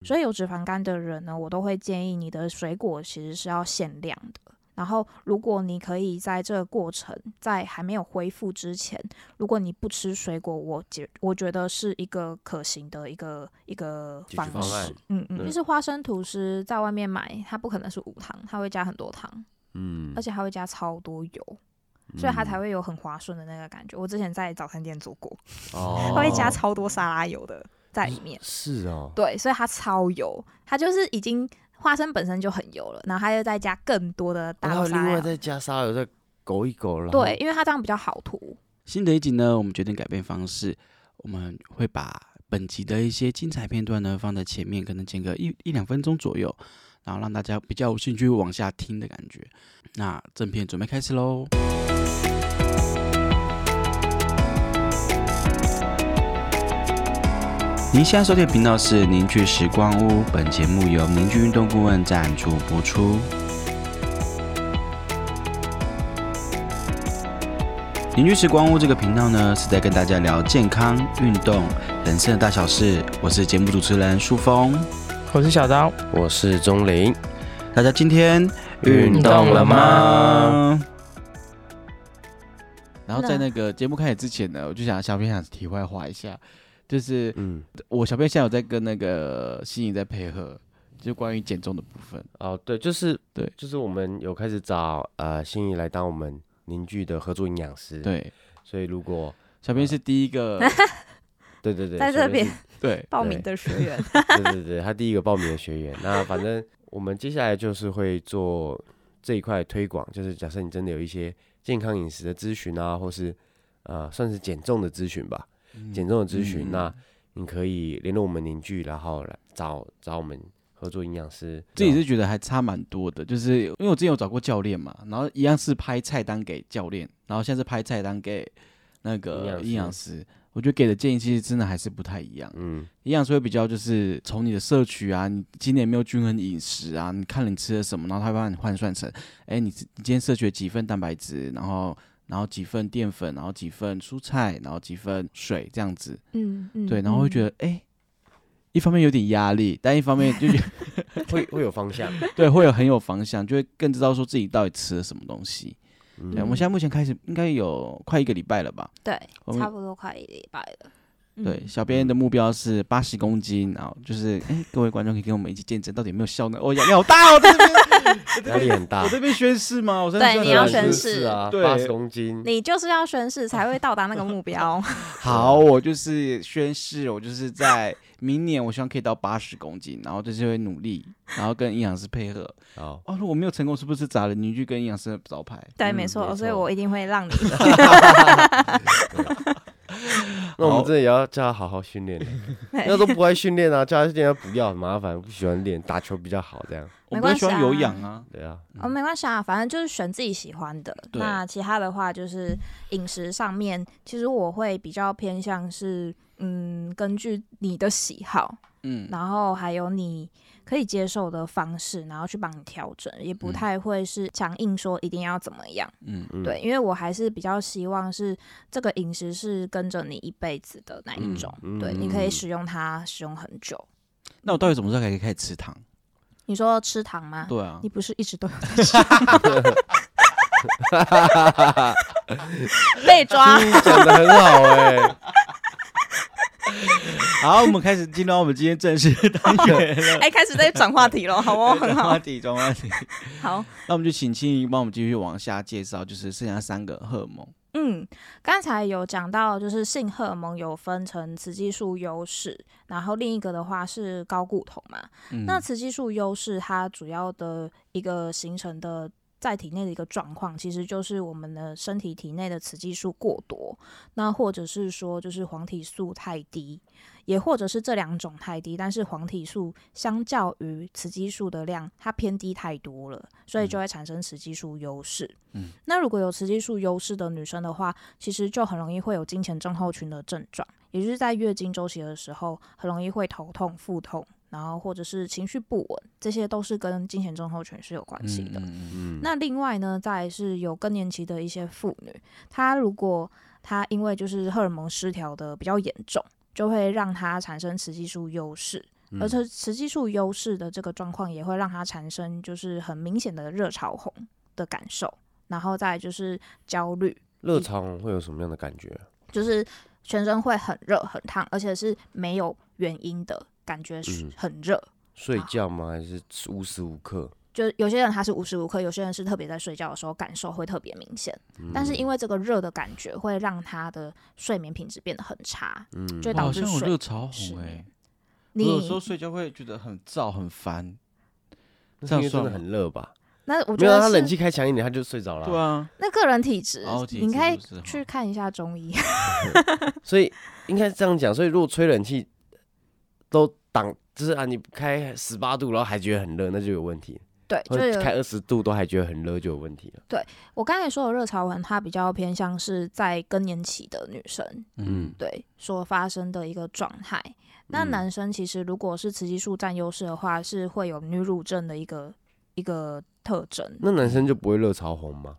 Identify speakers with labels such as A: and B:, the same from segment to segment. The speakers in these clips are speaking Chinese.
A: 嗯
B: 所以有脂肪肝的人呢，我都会建议你的水果其实是要限量的。然后，如果你可以在这个过程，在还没有恢复之前，如果你不吃水果，我觉我觉得是一个可行的一个一个
A: 解决
B: 方
A: 方
B: 式。
A: 案
B: 嗯嗯，
A: 嗯
B: 就是花生吐司在外面买，它不可能是无糖，它会加很多糖，
A: 嗯
B: 而，且它会加超多油，所以它才
A: 会
B: 会有很滑顺的那个感觉。我之前在早餐店做过，
A: 哦
B: 它，会加超多沙拉油的在里面。
A: 是哦，
B: 对，所以它超油，它就是已经花生本身就很油了，然后它又再加更多的
C: 哦
A: 然
B: 大
A: 后
B: 沙
A: 另
B: 拉
A: 外
B: 油。
A: 再加沙油再勾一勾了。
B: 对，，因为它这样比较好涂。
C: 新的一集呢，我们决定改变方式，我们会把本集的一些精彩片段呢放在前面，可能剪个一一两分钟左右，然后让大家比较有兴趣往下听的感觉。那正片准备开始喽。您现在收听的频道是凝聚时光屋，本节目由凝聚运动顾问赞助播出。邻居时光屋这个频道呢，是在跟大家聊健康、运动、人生的大小事。我是节目主持人舒峰，
D: 我是小刀，
A: 我是钟林，
C: 大家今天
A: 运
D: 动了
A: 吗？
C: 然后在那个节目开始之前呢，我就想小编想题外话一下，就是
A: 嗯，
C: 我小编现在有在跟那个新颖在配合，就关于减重的部分。
A: 哦，对，就是
C: 对
A: 就是我们有开始找呃心仪来当我们凝聚的合作营养师。，
C: 对，
A: 所以如果
C: 小编是第一个，
A: 对对对，
B: 在
A: 所以
B: 这
A: 就是
B: 边
C: 对，
B: 报
A: 对
B: 名的 学员，
A: 对对对，他第一个报名的学员。那反正我们接下来就是会做这一块推广，就是假设你真的有一些健康饮食的咨询啊，或是呃算是减重的咨询吧，减重的咨询，
C: 嗯
A: 那你可以联络我们邻居，然后来找找我们合作营养师。
C: 自己
A: 然
C: 是觉得还差蛮多的，就是因为我之前有找过教练嘛，然后一样是拍菜单给教练，然后现在是拍菜单给那
A: 营养
C: 个
A: 师
C: 营养师，我觉得给的建议其实真的还是不太一样
A: 后。嗯
C: 营养师会比较就是从你的摄取啊，你今年有没有均衡饮食啊，你看你吃了什么，然后他会帮你换算成，哎，你你今天摄取了几份蛋白质，然后然后几份淀粉，然后几份蔬菜，然后几份水这样子，
B: 嗯嗯，
C: 对，然后会觉
B: 得
C: 得哎、一方面有点压力，但一方面就觉得。
A: 会会有方向。
C: 对，会有很有方向，就会更知道说自己到底吃了什么东西。
A: 嗯
C: 对，我们现在目前开始应该有快一个礼拜了吧？
B: 对，
C: 我们
B: 差不多快一礼拜了。
C: 对，
B: 嗯
C: 小编的目标是八十公斤，然后就是哎、各位观众可以跟我们一起见证到底有没有效呢？哦，压力好大哦，我在这边，我
A: 压
C: 这
A: 力
C: 边，
A: 很大
C: 我，这边宣誓吗？我真
B: 对
C: 的
B: 你要
C: 是
B: 宣
A: 是
B: 誓
A: 啊，
C: 对
A: 八十公斤，
B: 你就是要宣誓才会到达那个目 标。
C: 好，我就是宣誓，我就是在明年，我希望可以到八十公斤，然后就是会努力，然后跟营养师配合。
A: 好，
C: 哦，如果没有成功，是不是砸了邻居跟营养师的招牌？
B: 对，
A: 嗯
B: 没错，
A: 没
B: 所以
A: 错
B: 我一定会 让你
A: 那我
C: 好
A: 们真的也要叫他好好训练了。 那都不爱训练啊，叫他练他不要很麻烦，不喜欢练，打球比较好这样。
C: 我
B: 没
C: 们都
B: 关
C: 喜
B: 系
C: 欢
B: 啊
C: 有氧啊。
A: 对啊，
B: 哦，没关系啊，反正就是选自己喜欢的。
C: 对
B: 那其他的话就是饮食上面，其实我会比较偏向是，嗯，根据你的喜好，
C: 嗯，
B: 然后还有你可以接受的方式，然后去帮你调整，也不
C: 嗯
B: 太会是强硬说一定要怎么样。
C: 嗯，
A: 嗯，
B: 对，因为我还是比较希望是这个饮食是跟着你一辈子的那一种，
A: 嗯
B: 对，
A: 嗯
B: 你可以
C: 嗯
B: 使用它使用很久。
C: 那我到底什么时候才可以开始吃糖？
B: 你说吃糖吗？
C: 对啊
B: 你，不是一直都 有
A: 嗯
B: 被抓？
A: 讲的很好哎、
C: 好，我们开始进入到我们今天正式的单元了。
B: 哎、开始在转话题了，好 哦，很
C: 转话
B: 好，
C: 题，转话题。
B: 好。
C: 那我们就请青怡帮我们继续往下介绍，就是剩下三个荷尔蒙。
B: 嗯，刚才有讲到，就是性荷尔蒙有分成雌激素优势，然后另一个的话是睾固酮嘛。
C: 嗯，
B: 那雌激素优势它主要的一个形成的在体内的一个状况，其实就是我们的身体体内的雌激素过多，那或者是说就是黄体素太低，也或者是这两种太低，但是黄体素相较于雌激素的量，它偏低太多了，所以就会产生雌激素优势。
C: 嗯，
B: 那如果有雌激素优势的女生的话，其实就很容易会有经前症候群的症状，也就是在月经周期的时候，很容易会头痛、腹痛，然后或者是情绪不稳，这些都是跟经前症候群是有关系的。
C: 嗯嗯
A: 嗯，
B: 那另外呢，再来是有更年期的一些妇女，她如果她因为就是荷尔蒙失调的比较严重，就会让她产生雌激素优势。而
A: 嗯
B: 且雌激素优势的这个状况也会让它产生就是很明显的热潮红的感受，然后再来就是焦虑，
A: 热潮红会有什么样的感觉？
B: 就是全身会很热很烫，而且是没有原因的感觉是
A: 嗯
B: 很热。
A: 睡觉吗？还是无时无刻？
B: 就是有些人他是无时无刻，有些人是特别在睡觉的时候感受会特别明显，
A: 嗯
B: 但是因为这个热的感觉会让他的睡眠品质变得很差，
A: 嗯
B: 就会
C: 我好
B: 导致
C: 像有
B: 睡
C: 热。潮
B: 失
C: 红哎、
B: 眠
C: 我有时候
B: 你
C: 睡觉会觉得很燥很烦，
A: 那
C: 哦这样
A: 是因为真
C: 算
A: 的
C: 吗
A: 很热吧？
B: 那我
A: 没
B: 觉
A: 有啊，他
B: 得
A: 冷
B: 是
A: 气开强一点，他就睡着了
C: 对
A: 啊。
C: 啊，
B: 那个人体质
C: 哦，体
B: 你应
C: 质
B: 该
C: 是不是
B: 去
C: 哦
B: 看一下中医。
A: 所以应该是这样讲。所以如果吹冷气都挡，就是啊，你开十八度，然后还觉得很热，那就有问题。
B: 对，
A: 或
B: 就
A: 者
B: 有
A: 开二十度都还觉得很热，就有问题了。
B: 我刚才说的热潮文，它比较偏向是在更年期的女生
C: 嗯，
B: 对所发生的一个状态。那
A: 嗯
B: 男生其实如果是雌激素占优势的话，是会有女乳症的一个一个特征，
A: 那男生就不会热潮红吗？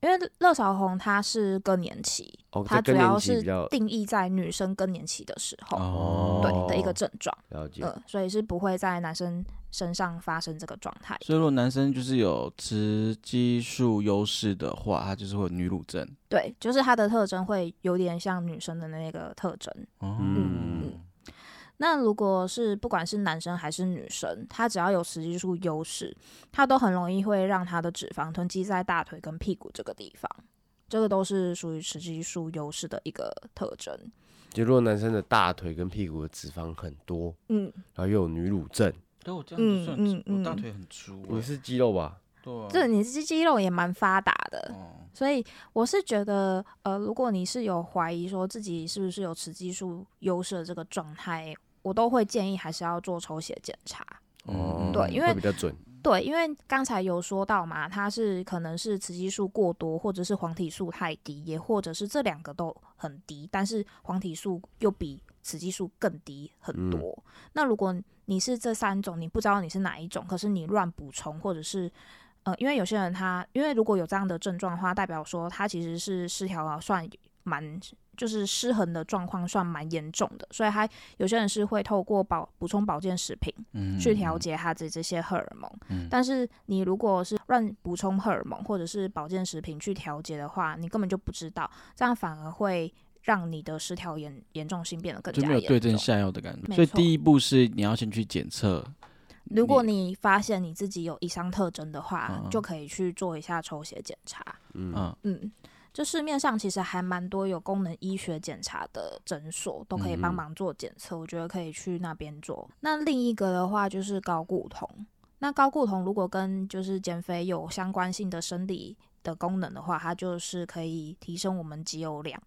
B: 因为热潮红它是更年期，
A: 哦，
B: 它
A: 在
B: 主
A: 更
B: 要
A: 年期
B: 是
A: 比较
B: 定义在女生更年期的时候、
C: 哦，
B: 对的一个症状，
A: 了解。
B: 呃，所以是不会在男生身上发生这个状态。
C: 所以如果男生就是有雌激素优势的话，他就是会有女乳症。
B: 对，就是它的特征会有点像女生的那个特征。
C: 哦，
A: 嗯
B: 那如果是不管是男生还是女生，他只要有雌激素优势，他都很容易会让他的脂肪囤积在大腿跟屁股这个地方，这个都是属于雌激素优势的一个特征。
A: 就如果男生的大腿跟屁股的脂肪很多，
B: 嗯，
A: 然后又有女乳症，
C: 但我这
B: 样子算嗯嗯我大嗯
C: 腿很粗欸
A: 你是肌肉吧？
C: 对啊
B: 这你这肌肉也蛮发达的，
C: 哦，
B: 所以我是觉得，呃，如果你是有怀疑说自己是不是有雌激素优势的这个状态，我都会建议还是要做抽血检查。
A: 哦，
C: 嗯
B: 对因为
A: 会比较准。
B: 对，因为刚才有说到嘛，它是可能是雌激素过多，或者是黄体素太低，也或者是这两个都很低，但是黄体素又比雌激素更低很多。那如果你是这三种，你不知道你是哪一种，可是你乱补充，或者是呃，因为有些人他因为如果有这样的症状的话，代表说他其实是失调啊，算蛮就是失衡的状况算蛮严重的，所以他有些人是会透过保补充保健食品。
C: 嗯
B: 去调，节它的这些荷尔蒙。
C: 嗯
B: 但是你如果是乱补充荷尔蒙或者是保健食品去调节的话，你根本就不知道，这样反而会让你的失调严严重性变得更
C: 就
B: 加
C: 没有
B: 严重。
C: 对症下药的感觉。
B: 没
C: 所以
B: 错
C: 第一步是你要先去检测，
B: 如果你发现你自己有以上特征的话，
C: 嗯嗯
B: 就可以去做一下抽血检查。
A: 嗯，
C: 嗯，
B: 嗯，就市面上其实还蛮多有功能医学检查的诊所都可以帮
A: 嗯嗯
B: 忙做检测，我觉得可以去那边做。那另一个的话就是高固酮，那高固酮如果跟就是减肥有相关性的生理的功能的话，它就是可以提升我们肌肉量。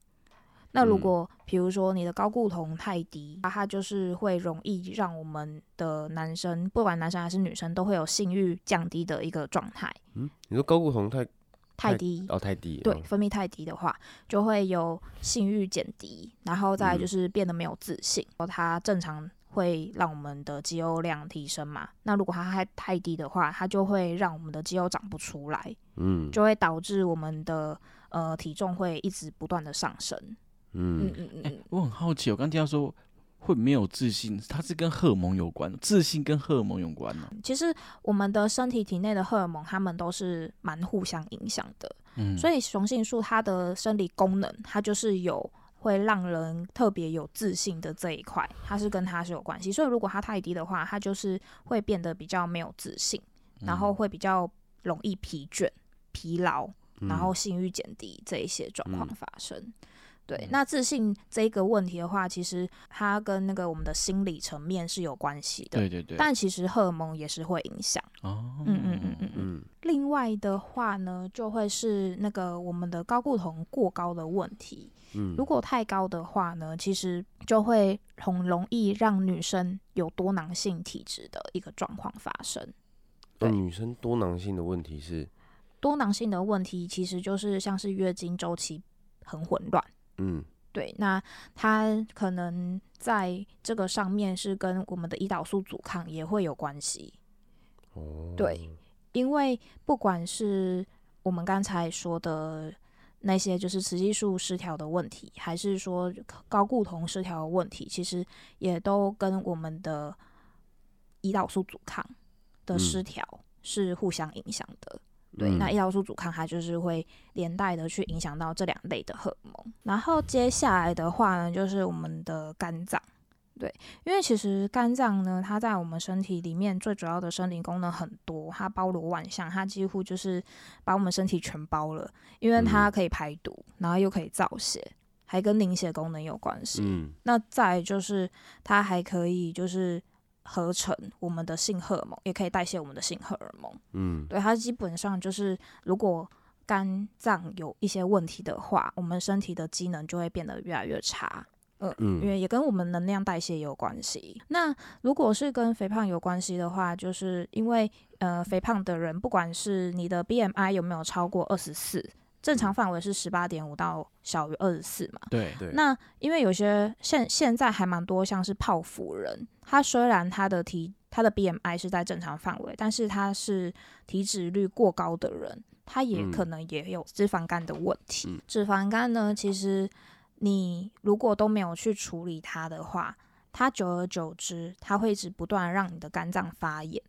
B: 那如
A: 嗯
B: 果比如说你的高固酮太低，它它就是会容易让我们的男生，不管男生还是女生，都会有性欲降低的一个状态，
A: 嗯你说高固酮太
B: 太
A: 太
B: 低
A: 哦太低，
B: 对
A: 嗯，
B: 分泌太低的话，就会有性欲减低，然后再来就
A: 嗯
B: 是变得没有自信。然后它正常会让我们的肌肉量提升嘛？那如果它太太低的话，它就会让我们的肌肉长不出来，
A: 嗯
B: 就会导致我们的呃体重会一直不断的上升。嗯
A: 嗯，
B: 嗯嗯
C: 哎、
B: 嗯，
C: 我很好奇，我刚听到说会没有自信，它是跟荷尔蒙有关，自信跟荷尔蒙有关呢、
B: 其实我们的身体体内的荷尔蒙，它们都是蛮互相影响的。
C: 嗯，
B: 所
C: 以
B: 以雄性素它的生理功能，它就是有会让人特别有自信的这一块，它是跟它是有关系。所以如果它太低的话，它就是会变得比较没有自信，
C: 嗯
B: 然后会比较容易疲倦、疲劳，
A: 嗯
B: 然后性欲减低这一些状况
A: 嗯
B: 发生。对，那自信这一个问题的话，其实它跟那个我们的心理层面是有关系的，
C: 对对对，
B: 但其实荷尔蒙也是会影响。
C: 哦，
B: 嗯嗯嗯嗯嗯。
A: 嗯
B: 另外的话呢，就会是那个我们的高固酮过高的问题。
A: 嗯，
B: 如果太高的话呢，其实就会很容易让女生有多囊性体质的一个状况发生。
A: 那
B: 对
A: 女生多囊性的问题是，
B: 多囊性的问题其实就是像是月经周期很混乱。
A: 嗯
B: 对，那它可能在这个上面是跟我们的胰岛素阻抗也会有关系。
A: 哦，
B: 对，因为不管是我们刚才说的那些，就是雌激素失调的问题，还是说高固酮失调的问题，其实也都跟我们的胰岛素阻抗的失
A: 嗯
B: 调是互相影响的。对，那胰岛素阻抗它就是会连带的去影响到这两类的荷尔蒙。然后接下来的话呢，就是我们的肝脏。对，因为其实肝脏呢，它在我们身体里面最主要的生理功能很多，它包罗万象，它几乎就是把我们身体全包了。因为它
A: 嗯
B: 可以排毒，然后又可以造血，还跟凝血功能有关系。
A: 嗯
B: 那再来就是它还可以就是合成我们的性荷尔蒙，也可以代谢我们的性荷尔蒙。
A: 嗯
B: 对，它基本上就是如果肝脏有一些问题的话，我们身体的机能就会变得越来越差。呃因
A: 嗯
B: 为也跟我们能量代谢也有关系。那如果是跟肥胖有关系的话，就是因为呃，肥胖的人，不管是你的 BMI 有没有超过二十四，正常范围是十八点五到小于二十四嘛。
C: 对
A: 对
B: 那因为有些现现在还蛮多像是泡芙人，他虽然他的体他的 BMI 是在正常范围，但是他是体脂率过高的人，他也
A: 嗯
B: 可能也有脂肪肝的问题。
A: 嗯
B: 脂肪肝呢，其实你如果都没有去处理它的话，它久而久之，它会一直不断地让你的肝脏发炎。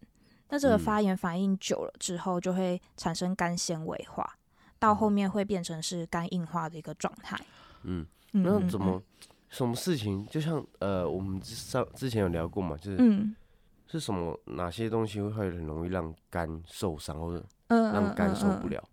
B: 那这个
A: 嗯
B: 发炎反应久了之后，就会产生肝纤维化，到后面会变成是肝硬化的一个状态。
A: 嗯，
B: 嗯
A: 那怎么？什么事情？就像呃，我们之上之前有聊过嘛，就是、
B: 嗯
A: 是什么哪些东西会很容易让肝受伤，或者
B: 嗯
A: 让肝受不
B: 了。
A: 了？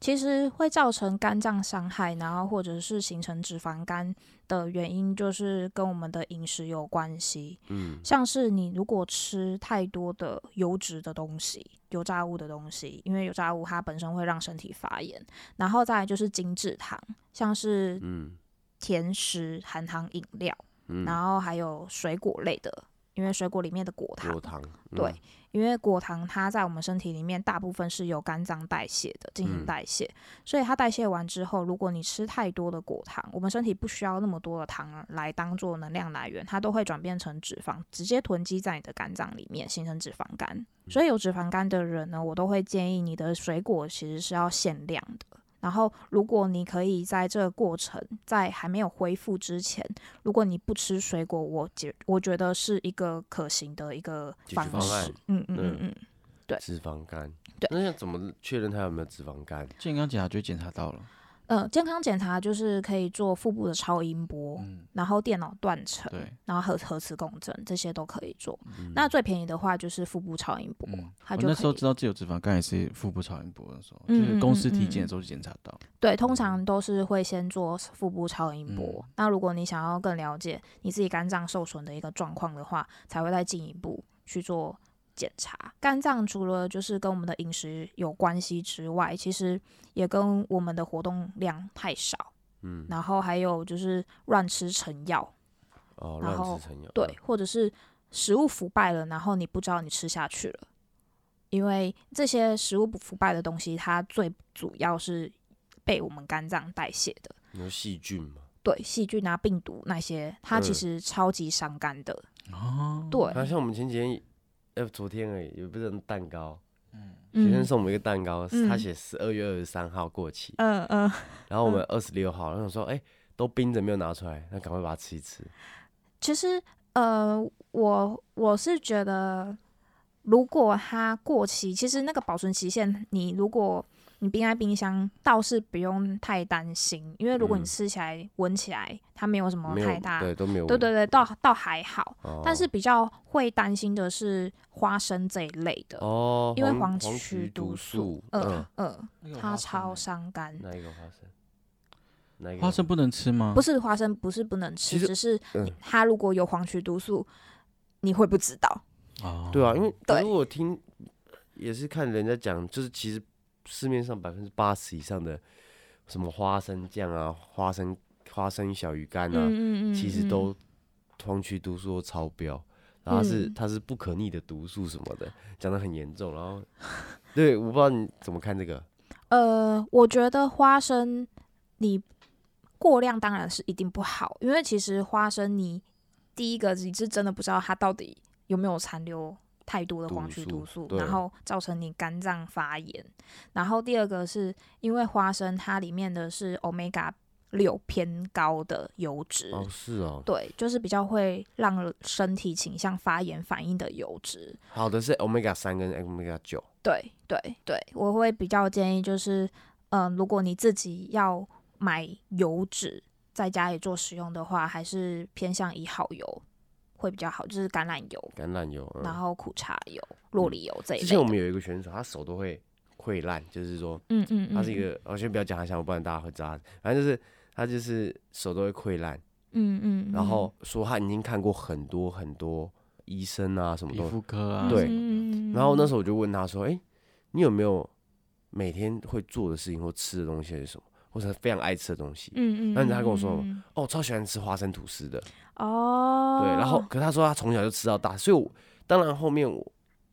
B: 其实会造成肝脏伤害，然后或者是形成脂肪肝的原因，就是跟我们的饮食有关系。
A: 嗯
B: 像是你如果吃太多的油脂的东西、油炸物的东西，因为油炸物它本身会让身体发炎，然后再来就是精制糖，像是
A: 嗯
B: 甜食、含糖饮料，
A: 嗯，
B: 然后还有水果类的，因为水果里面的果糖
A: 果，糖，嗯
B: 对，因为果糖它在我们身体里面大部分是由肝脏代谢的，进行
A: 嗯
B: 代谢，所以它代谢完之后，如果你吃太多的果糖，我们身体不需要那么多的糖啊来当做能量来源，它都会转变成脂肪，直接囤积在你的肝脏里面，形成脂肪
A: 嗯
B: 肝。所以有脂肪肝的人呢，我都会建议你的水果其实是要限量的。然后，如果你可以在这个过程，在还没有恢复之前，如果你不吃水果，我觉我觉得是一个可行的一个
A: 解决
B: 方
A: 方案
B: 式。嗯嗯嗯
A: 嗯
B: 嗯，
A: 脂肪肝。
B: 对
A: 那要怎么确认他有没有脂肪肝？
C: 健康检查就检查到了，
B: 呃，健康检查就是可以做腹部的超音波，
C: 嗯，
B: 然后电脑断层，
C: 对，
B: 然后核核磁共振，这些都可以做。那最便宜的话就是腹部超音波，
C: 嗯，
B: 它
C: 我
B: 就
C: 那
B: 可
C: 时候
B: 以
C: 知道自己有脂肪肝也是腹部超音波的时候，就
B: 嗯
C: 是公司体
B: 嗯嗯
C: 检的时候就检查到，
B: 对，通常都是会先做腹部超音波。
C: 嗯
B: 那如果你想要更了解你自己肝脏受损的一个状况的话，才会再进一步去做检查。肝脏除了就是跟我们的饮食有关系之外，其实也跟我们的活动量太少，
A: 嗯，
B: 然后还有就是乱吃成药，
A: 哦，
B: 然
A: 乱
B: 后
A: 吃成药。
B: 对，或者是食物腐败了，然后你不知道你吃下去了，因为这些食物不腐败的东西，它最主要是被我们肝脏代谢的。
A: 嗯，有细菌嘛？
B: 对细菌啊、病毒那些，它其
A: 嗯
B: 实超级伤肝的。
C: 哦，
B: 对，
A: 好像我们前几天，哎，昨天而已，有一份蛋糕，学
B: 嗯
A: 生送我们一个蛋糕，是他
B: 嗯
A: 写十二月二十三号过期，
B: 嗯嗯，
A: 然后我们二十六号，然后想说，哎，都冰着没有拿出来，那赶快把它吃一吃。
B: 其实呃，我我是觉得，如果它过期，其实那个保存期限，你如果你冰在冰箱，倒是不用太担心，因为如果你
A: 嗯
B: 吃起来、闻起来，它没有什么
A: 没
B: 太
A: 有，
B: 大。
A: 对，都没有
B: 对
A: 问。
B: 对对，倒倒还好，
A: 哦，
B: 但是比较会担心的是花生这一类的，
A: 哦，
B: 因为
A: 黄
B: 曲
A: 毒
B: 素
A: 素，，
B: 嗯
A: 嗯，
B: 嗯，它超
C: 伤。
B: 伤肝。
A: 哪一个花生？哪一个
C: 花生？不能吃吗？
B: 不
C: 是，
B: 是花生，不是不能吃，
A: 其实
B: 只是
A: 嗯
B: 你它如果有黄曲毒素，你会不知道。
C: 哦，
A: 对啊，因为
B: 对
A: 可是我听也是看人家讲，就是其实市面上百分之八十以上的什么花生酱啊、花生花生小鱼干啊，
B: 嗯
A: 其实都黄曲毒素都超标，然后它是、
B: 嗯
A: 它是不可逆的毒素什么的，讲的很严重。然后对，我不知道你怎么看这 个，
B: 呃，我觉得花生你过量当然是一定不好，因为其实花生你第一个你是真的不知道它到底有没有残留太多的黄曲毒
A: 毒
B: 素
A: 素，对
B: 然后造成你肝脏发炎。然后第二个是因为花生它里面的是 omega 六偏高的油脂。
A: 哦，是哦，
B: 对，就是比较会让身体倾向发炎反应的油脂。
A: 好的是 omega 三跟 omega 九，
B: 对对对，我会比较建议就是，嗯、如果你自己要买油脂在家里做使用的话，还是偏向以好油会比较好，就是橄榄油，
A: 橄榄油。嗯
B: 然后苦茶油、洛梨油这一类的。
A: 之前我们有一个选手，他手都会溃烂，就是说
B: 嗯嗯嗯，
A: 他是一个，我先不要讲他项目，不然大家会知道他。反正就是他就是手都会溃烂，
B: 嗯嗯，嗯
A: 然后说他已经看过很多很多医生啊，什么
C: 皮
A: 东西。
C: 肤科啊，
A: 对
B: 嗯
A: 然后那时候我就问他说：“哎、你有没有每天会做的事情或吃的东西是什么，或者非常爱吃的东西？”
B: 嗯嗯，
A: 那你知道他跟我说
B: 嗯嗯
A: 哦，超喜欢吃花生吐司的。
B: 嗯哦，
A: 对，然后可是他说他从小就吃到大，所以我当然后面我，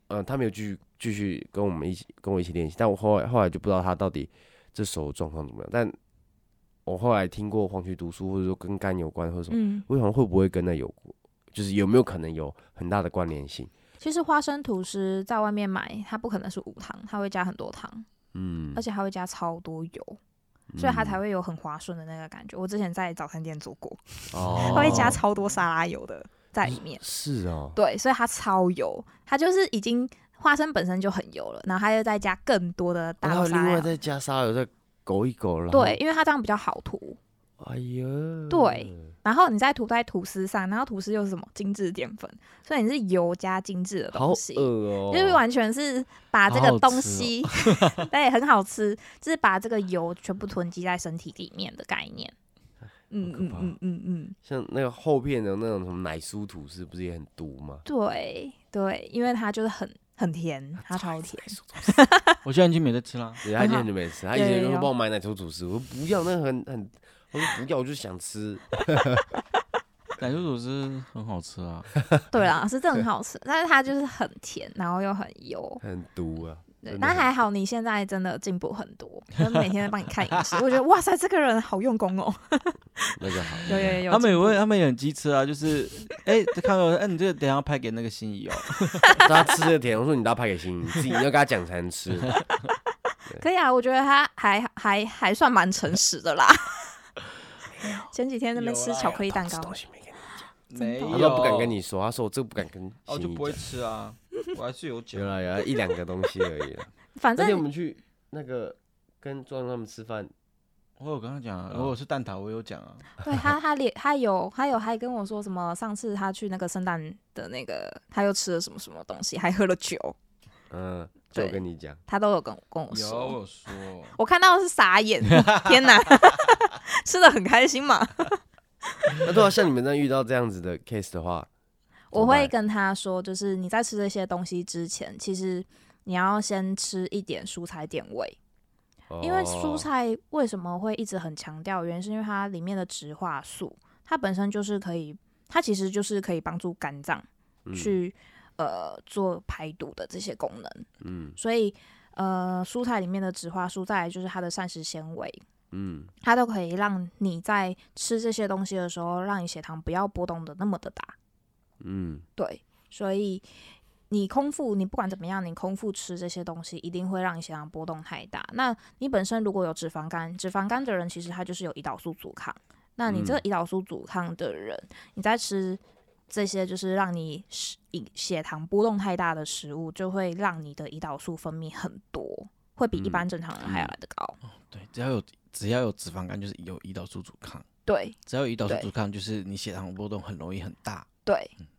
A: 呃，他没有继续继续跟我们一起跟我一起练习，但我后来后来就不知道他到底这手状况怎么样。但我后来听过黄曲毒素，或者说跟肝有关，或者什么，
B: 嗯，
A: 为什么会不会跟那有，就是有没有可能有很大的关联性？
B: 其实花生吐司在外面买，它不可能是无糖，它会加很多糖，
A: 嗯
B: 而，且它会加超多油，所以它才
A: 会
B: 会有很滑顺的那个感觉。我之前在早餐店做过，
A: 哦
B: 它会加超多沙拉油的在里面，
A: 是哦，
B: 对，所以它超油，它就是已经花生本身就很油了，然后它又再加更多的
A: 然
B: 大
A: 后
B: 沙
A: 啊另
B: 拉
A: 外
B: 油，
A: 再加沙油再勾一勾，然后
B: 对，，因为它这样比较好涂。
A: 哎呦，
B: 对，然后你再涂在吐司上，然后吐司又是什么精致淀粉，所以你是油加精致的
A: 好
B: 东西，
A: 恶哦，
B: 就是完全是把这
C: 好
B: 个
C: 好
B: 东
C: 吃哦
B: 西， 对，很好吃，就是把这个油全部囤积在身体里面的概念。嗯
A: 好可
B: 嗯
A: 怕
B: 嗯嗯嗯，
A: 像那个厚片的那种什么奶酥吐司，不是也很毒吗？
B: 对对，因为它就是很很甜，它超甜。
C: 我现在已经没在吃了。
A: 对，他今天就没吃，他以前
B: 对
A: 都
B: 有
A: 帮我买奶酥吐司，我说不要，那个很很，我说不要，我就想吃。
C: 奶油吐司很好吃啊，
B: 对啦，是真的很好吃，但是它就是很甜，然后又很油。
A: 很毒啊，
B: 对，
A: 真的
B: 但
A: 很
B: 还好你现在真的进步很多，就是每天帮你看饮食，我觉得哇塞，这个人好用功哦。
A: 那就好。
B: 有有有有，
C: 他们也会，他们也很机车啊，就是哎，看到哎，你这个等一下要拍给那个心仪哦，
A: 他吃的甜，我说你都要拍给心，你自己你要跟他讲才能 吃。
B: 可以啊，我觉得他还还还算蛮诚实的啦。前几天那边吃巧克力蛋糕，
A: 东西没给你，
C: 没
A: 他说不敢跟你说，他说我这个不敢跟心
C: 哦，我就
A: 仪
C: 不会
A: 讲。
C: 吃啊，我还是有酒
A: 有。了有了啊一两个东西而已啦。
B: 反
A: 那天我
B: 正
A: 们去那个跟壮壮他们吃饭，
C: 我有跟他讲啊，
A: 哦
C: 如果是蛋挞，我有讲啊。
B: 对他他连他有他有还跟我说什么，上次他去那个圣诞的那个，他又吃了什么什么东西，还喝了酒，
A: 嗯，就
B: 对
A: 跟你讲，
B: 他都有跟我跟我
C: 有，我
B: 说。
C: 有说。
B: 我看到是傻 眼，天哪， 吃的很开心嘛。
A: 那对啊，像你们那遇到这样子的 case 的话，
B: 我会
A: 怎
B: 跟他说，就是你在吃这些东西之前，其实你要先吃一点蔬菜点味，
A: 么办
B: 因为
A: 哦
B: 蔬菜为什么会一直很强调，原因是因为它里面的植化素，它本身就是可以，它其实就是可以帮助肝脏
A: 嗯
B: 去、呃做排毒的这些功能，
A: 嗯
B: 所以呃蔬菜里面的植化素，再来就是它的膳食纤维，
A: 嗯
B: 它都可以让你在吃这些东西的时候，让你血糖不要波动的那么的大。
A: 嗯，
B: 对，所以你空腹，你不管怎么样，你空腹吃这些东西，一定会让你血糖波动太大。那你本身如果有脂肪肝，脂肪肝的人其实他就是有胰岛素阻抗。那你这个胰岛素阻抗的人，你在吃这些就是让你食饮血糖波动太大的食物，就会让你的胰岛素分泌很多，会比一般正常人还要来得高。
C: 哦对，只要有只要有脂肪肝，就是有胰岛素阻抗。
B: 对
C: 只要有胰岛素
B: 对
C: 阻抗，就是你血糖波动很容易很大。
B: 对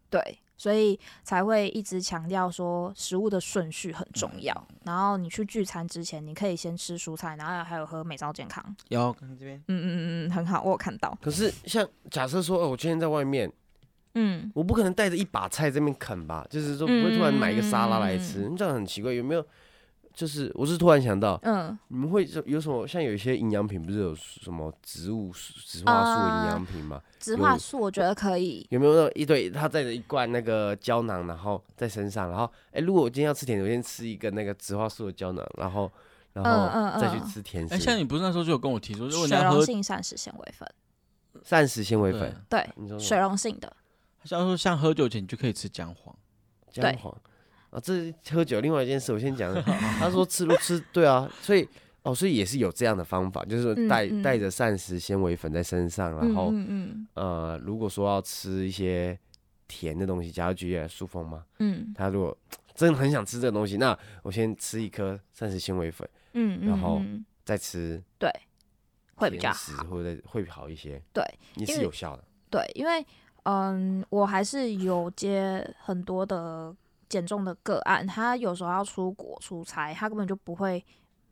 B: 对，所以才会一直强调说食物的顺序很重要。然后你去聚餐之前，你可以先吃蔬菜，然后还有喝美兆健康。
C: 有，看这边，
B: 嗯嗯嗯嗯，很好，我有看到。
A: 可是像假设说，哦，我今天在外面，
B: 嗯，
A: 我不可能带着一把菜这边啃吧，就是说不会突然买一个沙拉来
B: 嗯
A: 吃，这样很奇怪。有没有？就是我是突然想到，
B: 嗯，
A: 你们会有有什么像有一些营养品不是有什么植物植化素营养品吗？
B: 植化素我觉得可以。
A: 有没有那种一堆他带着一罐那个胶囊，然后在身上，然后哎、如果我今天要吃甜点，我先吃一个那个植化素的胶囊，然后然
B: 嗯
A: 后
B: 嗯
A: 再去
B: 嗯
A: 吃甜食。
C: 哎，像你不是那时候就有跟我提说，如果你
B: 水
C: 要
B: 溶
C: 喝，
B: 性膳食纤维粉，
A: 膳食纤维
C: 对
A: 粉，，
B: 对，
A: 你说什
B: 水
A: 么
B: 溶性的，
C: 像说像喝酒前你就可以吃姜黄，
A: 姜黄啊，这是喝酒另外一件事，我先讲。他说吃不吃，对啊，所以哦，所以也是有这样的方法，就是说
B: 嗯
A: 带
B: 嗯
A: 带着膳食纤维粉在身上，然后
B: 嗯嗯
A: 呃，如果说要吃一些甜的东西，假如举例来塑封嘛，
B: 嗯
A: 他如果真的很想吃这个东西，那我先吃一颗膳食纤维粉，
B: 嗯嗯，
A: 然后
B: 嗯
A: 再吃
B: 对会比较
A: 甜食
B: 好。
A: 或者会好一些，
B: 对，
A: 也
B: 因
A: 是
B: 为
A: 有效的。
B: 对，因为嗯，我还是有接很多的减重的个案，他有时候要出国出差，他根本就不会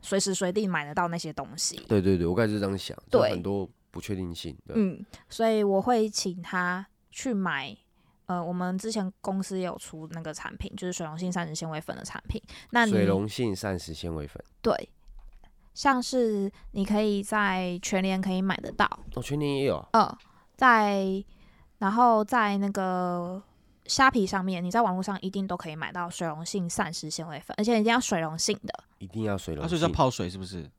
B: 随时随地买得到那些东西。
A: 对对对，我刚才就这样想，就
B: 对
A: 很多不确定性。对，啊
B: 嗯，所以我会请他去买。呃，我们之前公司也有出那个产品，就是水溶性膳食纤维粉的产品。那你
A: 水溶性膳食纤维粉，
B: 对，像是你可以在全联可以买得到，
A: 哦，全年也有啊，
B: 嗯，在然后在那个虾皮上面，你在网络上一定都可以买到水溶性膳食纤维粉，而且一定要水溶性的。
A: 一定要水
C: 它
A: 溶
C: 啊所
A: 性
C: 以叫。泡水是不是？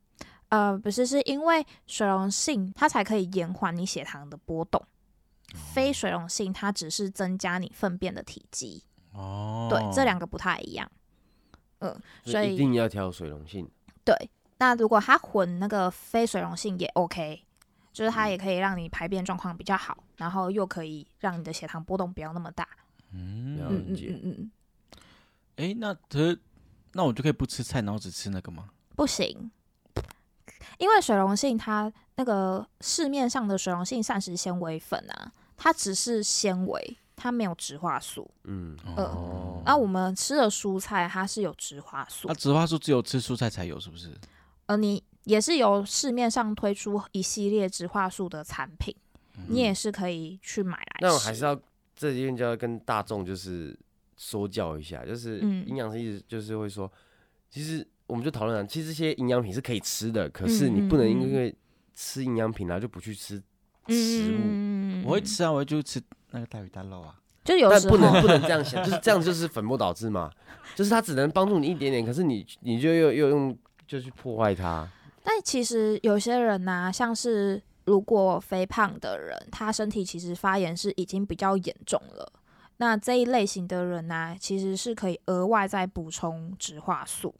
B: 呃，不是，是因为水溶性它才可以延缓你血糖的波动，
A: 哦
B: 非水溶性它只是增加你粪便的体积。
C: 哦，
B: 对，这两个不太一样。嗯，所
A: 以一
B: 以
A: 定要挑水溶性。
B: 对，那如果它混那个非水溶性也 OK，就是
A: 嗯
B: 它也可以让你排便状况比较好，然后又可以让你的血糖波动不要那么大。
A: 了
B: 嗯嗯
A: 解
B: 嗯嗯嗯，
C: 哎，那可是那我就可以不吃菜，然后只吃那个吗？
B: 不行，因为水溶性它那个市面上的水溶性膳食纤维粉啊，它只是纤维，它没有植化素。啊
A: 嗯，
C: 哦，
B: 那、我们吃的蔬菜它是有植化素
A: 啊
C: 那，啊植花素只有吃蔬菜才有，是不是？
B: 呃，你也是由市面上推出一系列植化素的产品，你
C: 嗯
B: 也是可以去买来吃。
A: 嗯那我还是要这边就要跟大众就是说教一下，就是
B: 嗯
A: 营养师一直就是会说，其实我们就讨论啊，其实这些营养品是可以吃的，可
B: 嗯
A: 是你不能因为吃营养品然后就不去吃食物，
B: 嗯，
C: 我会吃啊，我就吃那个大鱼大肉啊。
B: 就有
A: 但
B: 时
A: 不能
B: 候
A: 不能这样想，就是这样就是粉末导致嘛，就是它只能帮助你一点点，可是你你就又又用就去破坏它，
B: 但其实有些人呐、像是如果肥胖的人，他身体其实发炎是已经比较严重了。那这一类型的人呢、其实是可以额外再补充植化素。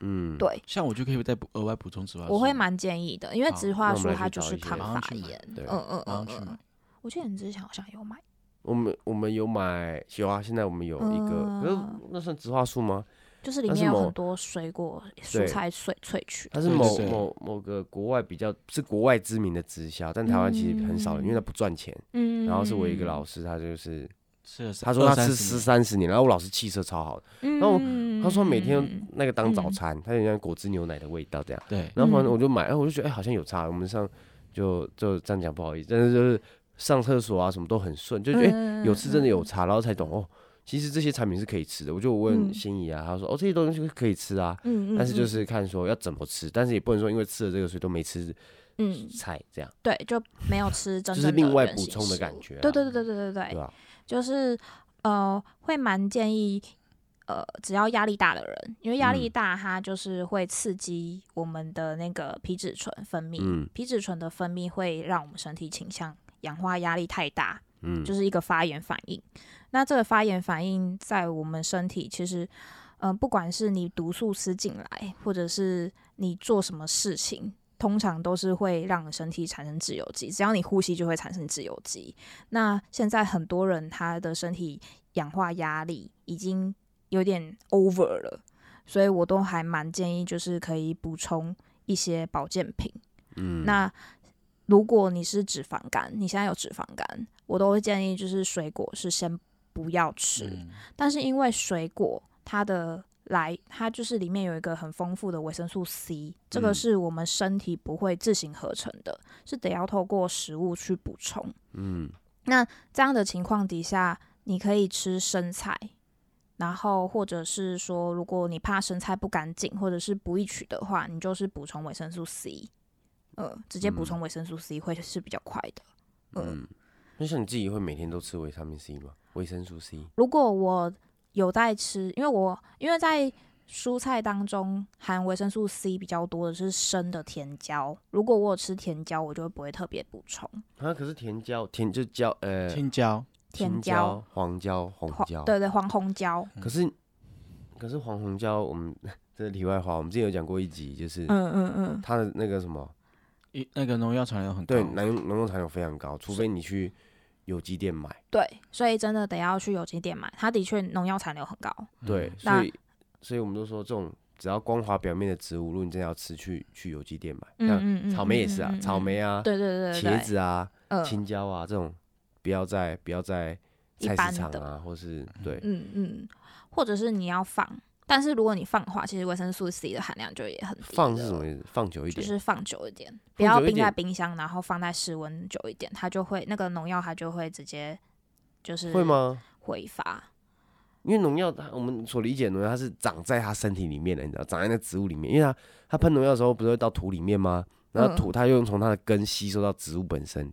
A: 嗯，
B: 对，
C: 像我就可以再补额外补充植花素，
B: 我会蛮建议的，因为
C: 好
B: 植
A: 那
B: 化
A: 我们
B: 素
A: 来
B: 它
A: 去
B: 就
A: 找
B: 是
A: 一些
B: 抗
C: 马上
B: 发
C: 去买
B: 炎。
A: 对
B: 嗯嗯
C: 马上
B: 嗯
C: 去
B: 嗯
C: 买
B: 嗯。。我记得你之前好像有买，
A: 我们我们有买有啊，现在我们有一个，可是
B: 嗯
A: 那算植化素吗？
B: 就是里
A: 那是
B: 面有
A: 某
B: 很多水果、蔬
A: 对
B: 菜萃萃取。
A: 它是
C: 对
A: 某
C: 对对
A: 某某个国外比较是国外知名的直销，但台湾其实很少人，因为它不赚钱。
B: 嗯，
A: 然后是我一个老师，他就是
C: 吃了三
A: 他说他
C: 二
A: 吃
C: 三十
A: 吃
C: 年
A: 三十年，然后我老师气色超好的，
B: 嗯，
A: 后
B: 嗯
A: 他说每天
B: 嗯
A: 那个当早餐，他有点像果汁牛奶的味道这样。
C: 对，
A: 然后反
B: 嗯
A: 正我就买，哎，我就觉得哎好像有差，我们上就就这样讲不好意思，但是就是上厕所啊什么都很顺，就觉得哎
B: 嗯
A: 有吃真的有
B: 嗯
A: 差，然后才懂哦，其实这些产品是可以吃的。我就问
B: 嗯
A: 心仪啊，他说哦这些东西可以吃啊，
B: 嗯，嗯
A: 但是就
B: 嗯
A: 是看说要怎么吃，但是也不能说因为吃了这个所以都没吃
B: 嗯，
A: 菜这样，
B: 对，就没有吃真
A: 就
B: 正
A: 是另
B: 的
A: 外
B: 原
A: 补
B: 形
A: 充的
B: 食
A: 感
B: 物
A: 觉啊
B: 对对对对对对
A: 对
B: 对，
A: 吧？
B: 就是呃，会蛮建议呃，只要压力大的人，因为压力
A: 嗯
B: 大，它就是会刺激我们的那个皮质醇分泌，
A: 嗯
B: 皮质醇的分泌会让我们身体倾向氧化压力太大，
A: 嗯，
B: 就是一个发炎反应。那这个发炎反应在我们身体，其实，嗯、不管是你毒素吃进来，或者是你做什么事情，通常都是会让身体产生自由基。只要你呼吸，就会产生自由基。那现在很多人他的身体氧化压力已经有点 over 了，所以我都还蛮建议，就是可以补充一些保健品。
A: 嗯
B: 那如果你是脂肪肝，你现在有脂肪肝，我都会建议就是水果是先不要吃，
C: 嗯
B: 但是因为水果它的来，它就是里面有一个很丰富的维生素 C，这个
A: 嗯
B: 是我们身体不会自行合成的，是得要透过食物去补充。
A: 嗯
B: 这样的情况底下，你可以吃生菜，然后或者是说，如果你怕生菜不干净或者是不易取的话，你就是补充维生素 C，呃，直接补
A: 嗯
B: 充维生素 C 会是比较快的。嗯，
A: 嗯，那像你自己会每天都吃维他命 C 吗？维生素 C，
B: 如果我有在吃，因为我因为在蔬菜当中含维生素 C 比较多的是生的甜椒，如果我有吃甜椒，我就不会特别补充
A: 啊，可是甜椒甜就椒呃
C: 青椒，
B: 甜
A: 青
B: 椒、
A: 椒、黄椒、红
B: 黄
A: 椒，
B: 对对黄红椒，
A: 可是可是黄红椒，我们 这是题外话，我们之前有讲过一集，就是
B: 嗯嗯嗯，
A: 它的那个什么，
E: 一那个农药残留很高，
A: 对，农用农用残留非常高，除非你去有机店买。
B: 对，所以真的得要去有机店买，它的确农药残留很高。
A: 对，
B: 那
A: 所以所以我们都说这种只要光滑表面的植物，如果你真的要吃，去去有机店买。像
B: 嗯嗯嗯，
A: 草莓也是啊
B: 嗯，
A: 草，莓啊
B: 嗯嗯，对对对对对，
A: 茄子啊，
B: 嗯
A: 青椒啊这种，不要在不要在
B: 一
A: 菜
B: 般
A: 市场
B: 的
A: 啊，或是对
B: 嗯嗯，或者是你要放，但是如果你放的话，其实维生素 C 的含量就也很低。
A: 放是什么？意思？放久一
B: 就
A: 点，
B: 是放久一点，不
A: 放
B: 要
A: 久一
B: 冰在
A: 点
B: 冰箱，然后放在室温久一点，它就会那个农药它就会直接就是
A: 会？吗？
B: 挥发，
A: 因为农药它，我们所理解的农药，它是长在它身体里面的，你知道，长在那植物里面。因为它它喷农药的时候，不是会到土里面吗？然后
B: 嗯
A: 土它又从它的根吸收到植物本身。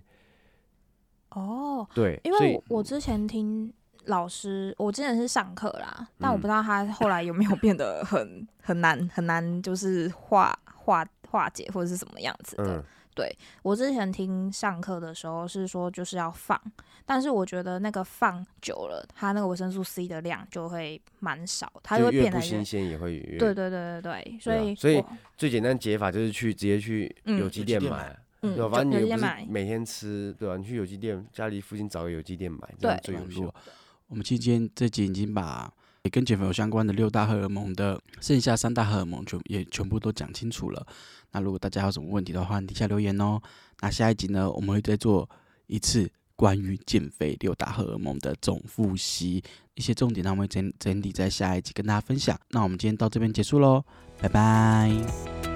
B: 哦，
A: 对，
B: 因
A: 所
B: 为
A: 以嗯
B: 我我之前听老师，我之前是上课啦，但我
A: 嗯
B: 不知道他后来有没有变得很很难很难，就是化化化解或者是什么样子的。
A: 嗯，
B: 我之前听上课的时候是说就是要放，但是我觉得那个放久了，它那个维生素 C 的量就会蛮少，它就
A: 就
B: 会
A: 越
B: 变得
A: 不
B: 越
A: 新鲜也会越
B: 对对对对对，所
A: 对啊
B: 以
A: 所以
B: 我
A: 最简单解法就是去直接去
B: 嗯
A: 有机店
E: 有机店
A: 买，
B: 嗯，
A: 对吧？
B: 就
A: 反正
B: 有
A: 你
B: 些
A: 又不
B: 买
A: 是每天吃，对吧？你去有机店，家里附近找个有机店买，这样
B: 对
A: 最有
E: 如
A: 效
E: 果。我们今天这集已经把也跟减肥有相关的六大荷尔蒙的剩下三大荷尔蒙全也全部都讲清楚了。那如果大家有什么问题的话，底下留言哦。那下一集呢，我们会再做一次关于减肥六大荷尔蒙的总复习，一些重点，那我们会整整理在下一集跟大家分享。那我们今天到这边结束喽，拜拜。